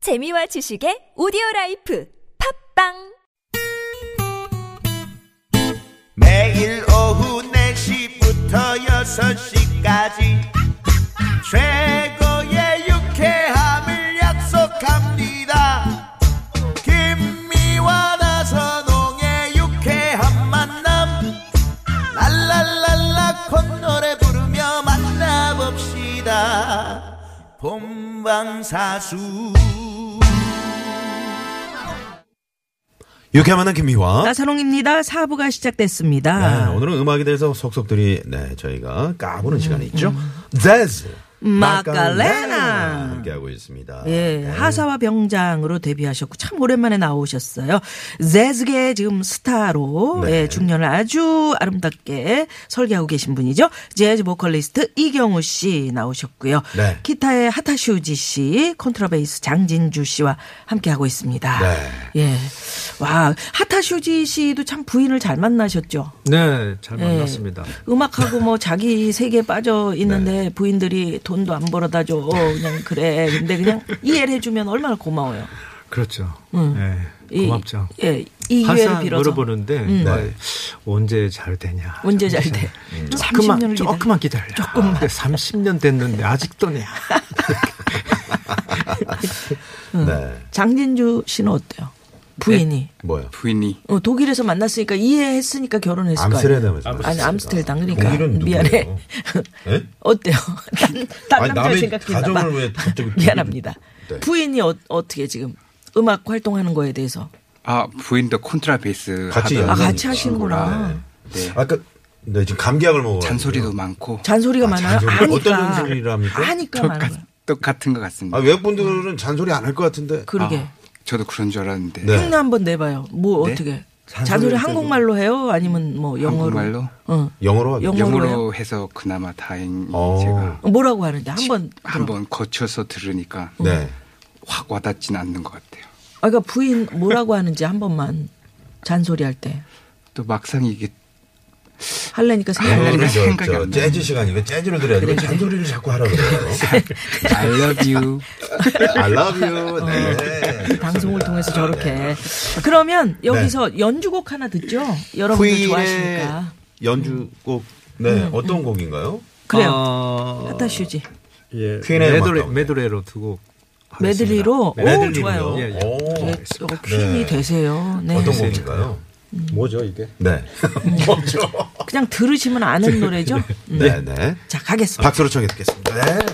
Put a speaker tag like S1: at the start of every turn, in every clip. S1: 재미와 지식의 오디오 라이프 팝빵
S2: 매일 오후 4시부터 6시까지 최고의 유쾌함을 약속합니다 김미와 나선홍의 유쾌한 만남 랄랄랄라 콧노래 부르며 만나봅시다 본방사수
S3: 유쾌만한 김미화.
S4: 나사롱입니다. 사부가 시작됐습니다.
S3: 네, 어? 오늘은 음악에 대해서 속속들이 네, 저희가 까보는 시간이 있죠. 재즈
S4: 마카레나.
S3: 함께하고 있습니다.
S4: 음, 예,
S3: 네.
S4: 하사와 병장으로 데뷔하셨고 참 오랜만에 나오셨어요. 재즈계 지금 스타로
S3: 네.
S4: 예, 중년을 아주 아름답게 설계하고 계신 분이죠. 재즈 보컬리스트 이경우 씨 나오셨고요.
S3: 네.
S4: 기타의 하타슈지 씨, 컨트라베이스 장진주 씨와 함께하고 있습니다.
S3: 네.
S4: 예, 와 하타슈지 씨도 참 부인을 잘 만나셨죠.
S5: 네, 잘
S4: 예.
S5: 만났습니다.
S4: 음악하고 뭐 자기 세계에 빠져 있는데
S3: 네.
S4: 부인들이 돈도 안 벌어다 줘. 그냥 그래. 근데 그냥 이해를 해주면 얼마나 고마워요.
S5: 그렇죠. 예,
S4: 음. 이-
S5: 고맙죠.
S4: 예. 이 이해를
S5: 항상
S4: 빌어서. 음.
S5: 물어보는데 뭐
S3: 네.
S5: 언제 잘 되냐.
S4: 언제 잘 돼?
S3: 음.
S5: 조금만
S4: 30년을 기다려.
S5: 조금만 기다려. 조금만. 30년 됐는데 아직도냐.
S3: 네.
S4: 장진주 씨는 어때요? 부인이.
S3: 뭐요?
S6: 부인이
S4: 어, 독일에서 만났으니까 이해했으니까 결혼했을 거아니요
S3: 암스테르담에서.
S4: 아니 암스테르담 그러니까
S3: 독일은 누구예요?
S4: 미안해.
S3: 예?
S4: 어때요? 난, 딴
S3: 아니,
S4: 남자
S3: 남의
S4: 생각했나 봐.
S3: 가정을 왜 갑자기
S4: 미안합니다.
S3: 네.
S4: 부인이 어, 어떻게 지금 음악 활동하는 거에 대해서
S6: 아 부인도 콘트라베이스
S3: 같이
S6: 하던
S4: 아,
S3: 연주하는
S4: 같이 하시는구나.
S6: 네.
S3: 아까 네, 지금 감기약을 먹어.
S6: 잔소리도 많고
S4: 잔소리가
S3: 아,
S4: 많아요.
S3: 잔소리.
S4: 아니까.
S3: 어떤 잔소리를 합니까?
S4: 아니까 많은 거야.
S6: 똑같, 똑같은 것 같습니다.
S3: 아, 외국 분들은 잔소리 안 할 것 같은데.
S4: 그러게.
S6: 아, 저도 그런 줄 알았는데
S3: 네.
S4: 흉내 한번 내봐요. 뭐
S6: 네?
S4: 어떻게?
S3: 잔소리
S4: 잔소리
S3: 할 때도-
S4: 한국말로 해요? 아니면 뭐 영어로?
S6: 한국말로?
S4: 어.
S3: 영어로 하죠.
S4: 영어- 영어로
S6: 영어로
S4: 해요?
S6: 해서 그나마 다행히
S3: 어.
S6: 제가
S4: 뭐라고 하는데 한번 들어.
S6: 한번 거쳐서 들으니까
S3: 네.
S6: 확 와닿지는 않는 것 같아요.
S4: 아, 그러니까 부인 뭐라고 하는지 한 번만 잔소리 할 때
S6: 또 막상 이게
S4: 할래니까 생각.
S6: 할래니까.
S3: 영어를 저-
S6: 생각이
S3: 저
S6: 안 나요.
S3: 재즈 시간이고 재즈로 들어야 되고 잔소리를 자꾸 하라 그래요.
S6: I love you
S3: I love you. 네.
S4: 방송을 통해서 저렇게. 그러면 여기서 연주곡 하나 듣죠. 여러분들
S3: 후일의
S4: 좋아하시니까.
S3: 연주곡 네 어떤 곡인가요?
S4: 그래요.
S3: 아,
S5: 어,
S4: 하타슈지.
S5: 예,
S3: 퀸의 음악
S5: 메드레,
S3: 나오네요.
S5: 메드레로 두고
S4: 메들리로. 오
S3: 메들리로요?
S4: 좋아요.
S5: 예, 예.
S3: 오.
S4: 네, 또 퀸이
S3: 네.
S4: 되세요. 네.
S3: 어떤 곡인가요?
S5: 뭐죠 이게?
S3: 네. 뭐죠?
S4: 그냥 들으시면 아는 노래죠. 음.
S3: 네, 네.
S4: 자 가겠습니다.
S3: 박수로 청해 듣겠습니다. 네.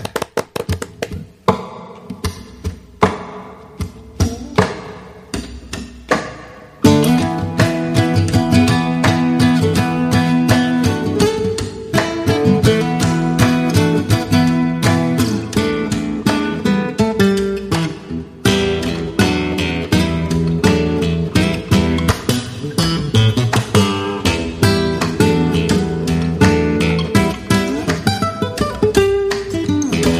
S7: 내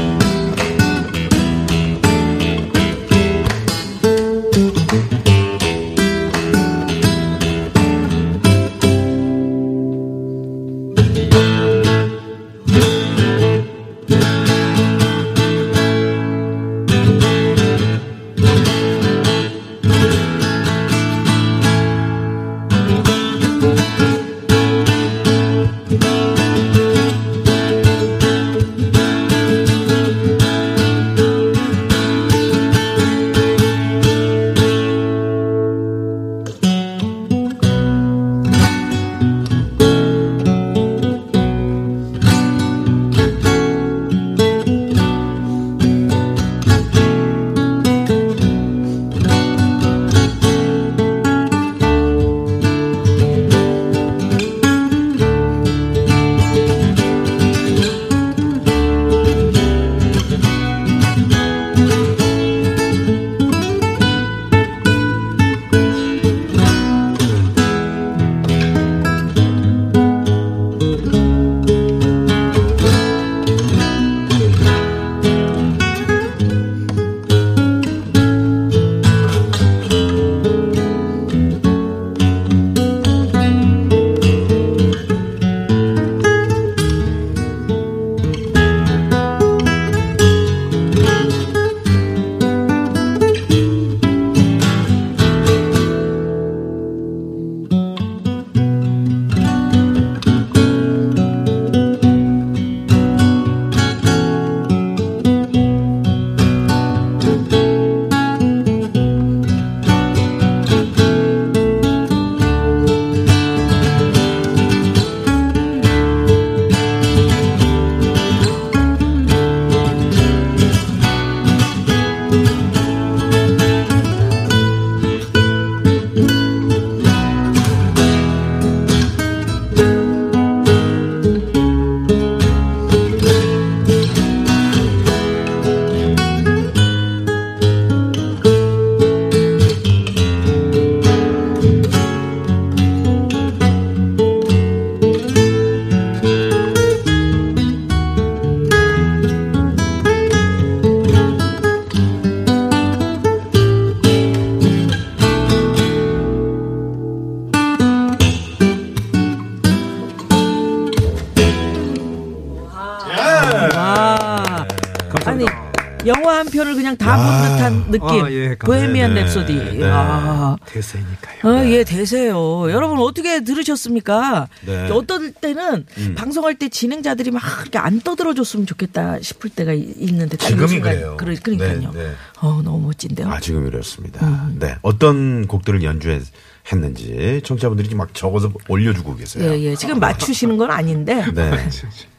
S4: 아, 듯한 느낌.
S5: 아, 예, 감사합니다.
S4: 보헤미안
S3: 네,
S4: 랩소디.
S3: 네.
S4: 아.
S5: 대세니까요.
S4: 어, 예, 되세요. 여러분 어떻게 들으셨습니까?
S3: 네. 음.
S4: 어떨 때는 방송할 때 진행자들이 막 이렇게 안 떠들어줬으면 좋겠다 싶을 때가 이- 있는데 딱
S3: 지금이
S4: 이 순간.
S3: 그래요.
S4: 그러, 그러니까요.
S3: 네, 네.
S4: 어, 너무 멋진데요.
S3: 아, 지금 이렇습니다.
S4: 음.
S3: 네. 어떤 곡들을 연주했는지 청취자분들이 막 적어서 올려주고 계세요.
S4: 예, 예. 지금 맞추시는 건 아닌데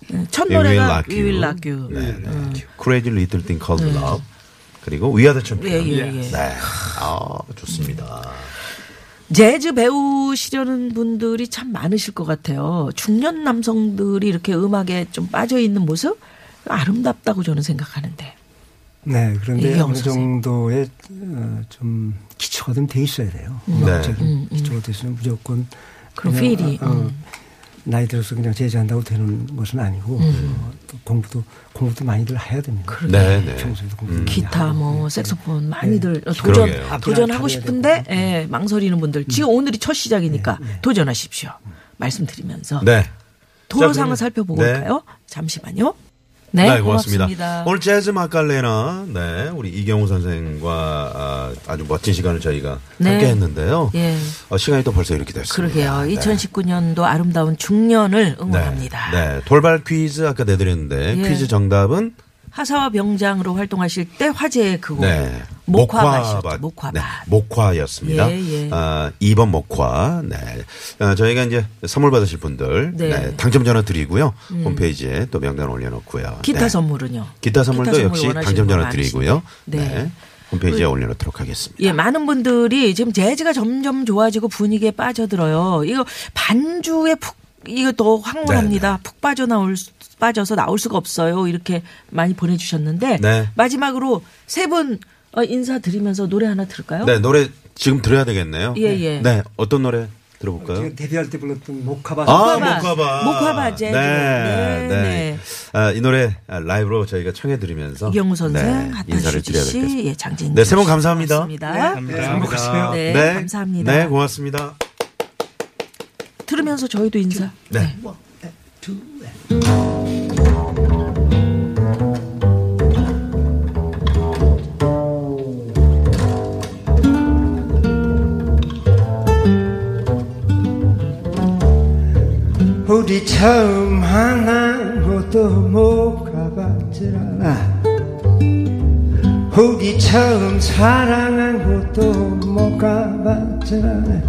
S3: 네.
S4: 첫
S3: We Will
S4: 노래가
S3: Rock
S4: We Will
S3: You.
S4: Rock You. 음. 네.
S3: 네, 네. Crazy Little Thing Called Love. 그리고 We Are the Champion.
S4: 예, 예, 예.
S3: 네. 아, 좋습니다.
S4: 재즈 배우시려는 분들이 참 많으실 것 같아요. 중년 남성들이 이렇게 음악에 좀 빠져 있는 모습 아름답다고 저는 생각하는데.
S7: 네, 그런데
S4: 이경호
S7: 어느
S4: 선생님.
S7: 정도의 어, 좀 기초가 좀 돼 있어야 돼요. 음악적인 기초가 돼 있으면 무조건
S4: 네. 그런
S7: 그냥,
S4: 필이, 음.
S7: 어, 어, 나이 들어서 그냥 제재한다고 되는 것은 아니고
S4: 음.
S7: 어, 또 공부도 공부도 많이들 해야 됩니다.
S3: 네, 네.
S7: 평소에도 공부 많이
S4: 기타
S7: 하고.
S4: 뭐 색소폰 많이들 도전
S3: 그러게요.
S4: 도전하고 싶은데 예, 망설이는 분들 지금 오늘이 첫 시작이니까 도전하십시오. 말씀드리면서
S3: 네. 자,
S4: 도로상을
S3: 그러면-
S4: 살펴보고
S3: 네.
S4: 올까요? 잠시만요.
S3: 네, 고맙습니다. 오늘 재즈 마칼레나, 네, 우리 이경호 선생과 아, 아주 멋진 시간을 저희가
S4: 네.
S3: 함께 했는데요.
S4: 예.
S3: 어, 시간이 또 벌써 이렇게 됐습니다.
S4: 그러게요.
S3: 네.
S4: 2019년도 아름다운 중년을
S3: 네.
S4: 응원합니다.
S3: 네. 돌발 퀴즈 아까 내드렸는데
S4: 예.
S3: 퀴즈 정답은
S4: 하사와 병장으로 활동하실 때 화제의 그곡
S3: 네.
S4: 목화밭이었죠.
S3: 목화밭.
S4: 목화밭.
S3: 네, 목화였습니다.
S4: 예, 예.
S3: 아, 2번 목화. 네. 아, 저희가 이제 선물 받으실 분들
S4: 네. 음.
S3: 네. 당첨 전화 드리고요. 홈페이지에 또 명단 올려 놓고요.
S4: 기타
S3: 네.
S4: 선물은요.
S3: 기타 선물도
S4: 기타 선물
S3: 역시
S4: 원하시는
S3: 당첨
S4: 분
S3: 전화 드리고요.
S4: 많으신데.
S3: 네. 홈페이지에 올려 놓도록 하겠습니다.
S4: 예, 많은 분들이 지금 재즈가 점점 좋아지고 분위기에 빠져들어요. 이거 반주에 푹 이거 더 황홀합니다.
S3: 네,
S4: 푹 빠져나올 수- 빠져서 나올 수가 없어요. 이렇게 많이 보내주셨는데
S3: 네.
S4: 마지막으로 세 분 어, 인사드리면서 노래 하나 들을까요?
S3: 네, 노래 지금 들어야 되겠네요.
S4: 예, 예.
S3: 네, 어떤 노래 들어볼까요?
S7: 제가 데뷔할 때 불렀던 목화밭
S3: 아,
S4: 목화밭.
S3: 목화밭.
S4: 목화밭 재즈. 네,
S3: 네, 네.
S4: 네.
S3: 아, 이 노래 아, 라이브로 저희가 청해드리면서.
S4: 이경우 선생,
S3: 네, 인사를
S4: 하탄수
S3: 드려야
S4: 씨,
S3: 되겠습니다.
S4: 예, 장진.
S3: 네, 세분 감사합니다.
S4: 고맙습니다. 네,
S7: 행복하세요.
S4: 감사합니다.
S3: 네, 고맙습니다.
S4: 들으면서 저희도 인사.
S3: 네.
S7: 우리 처음 하나도 못 가봤 줄 알아 우리 처음 사랑한 것도 못 가봤 줄 알아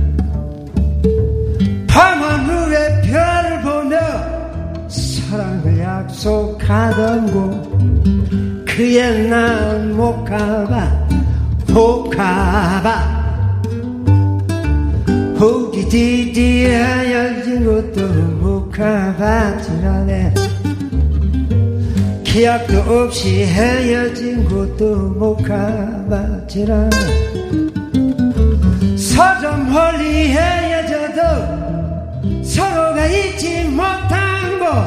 S7: 밤은 후에 별을 보며 사랑을 약속하던 곳 그에 난못 가봐 못 가봐 혹이 디디하여 이것도 묵가받질 않네 기약도 없이 헤어진 것도 묵가받질 않네 서점 멀리 헤어져도 서로가 잊지 못한 것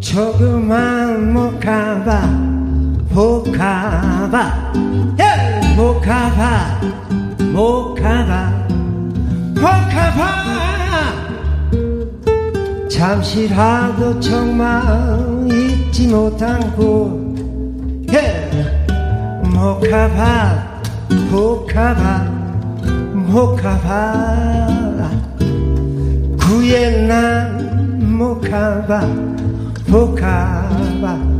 S7: 조그만 묵가봐 묵가봐 예! 묵가봐 묵가봐 복합아 잠시라도 정말 잊지 못한 곳 예. 모카바 모카바 모카바 구해 난 모카바 모카바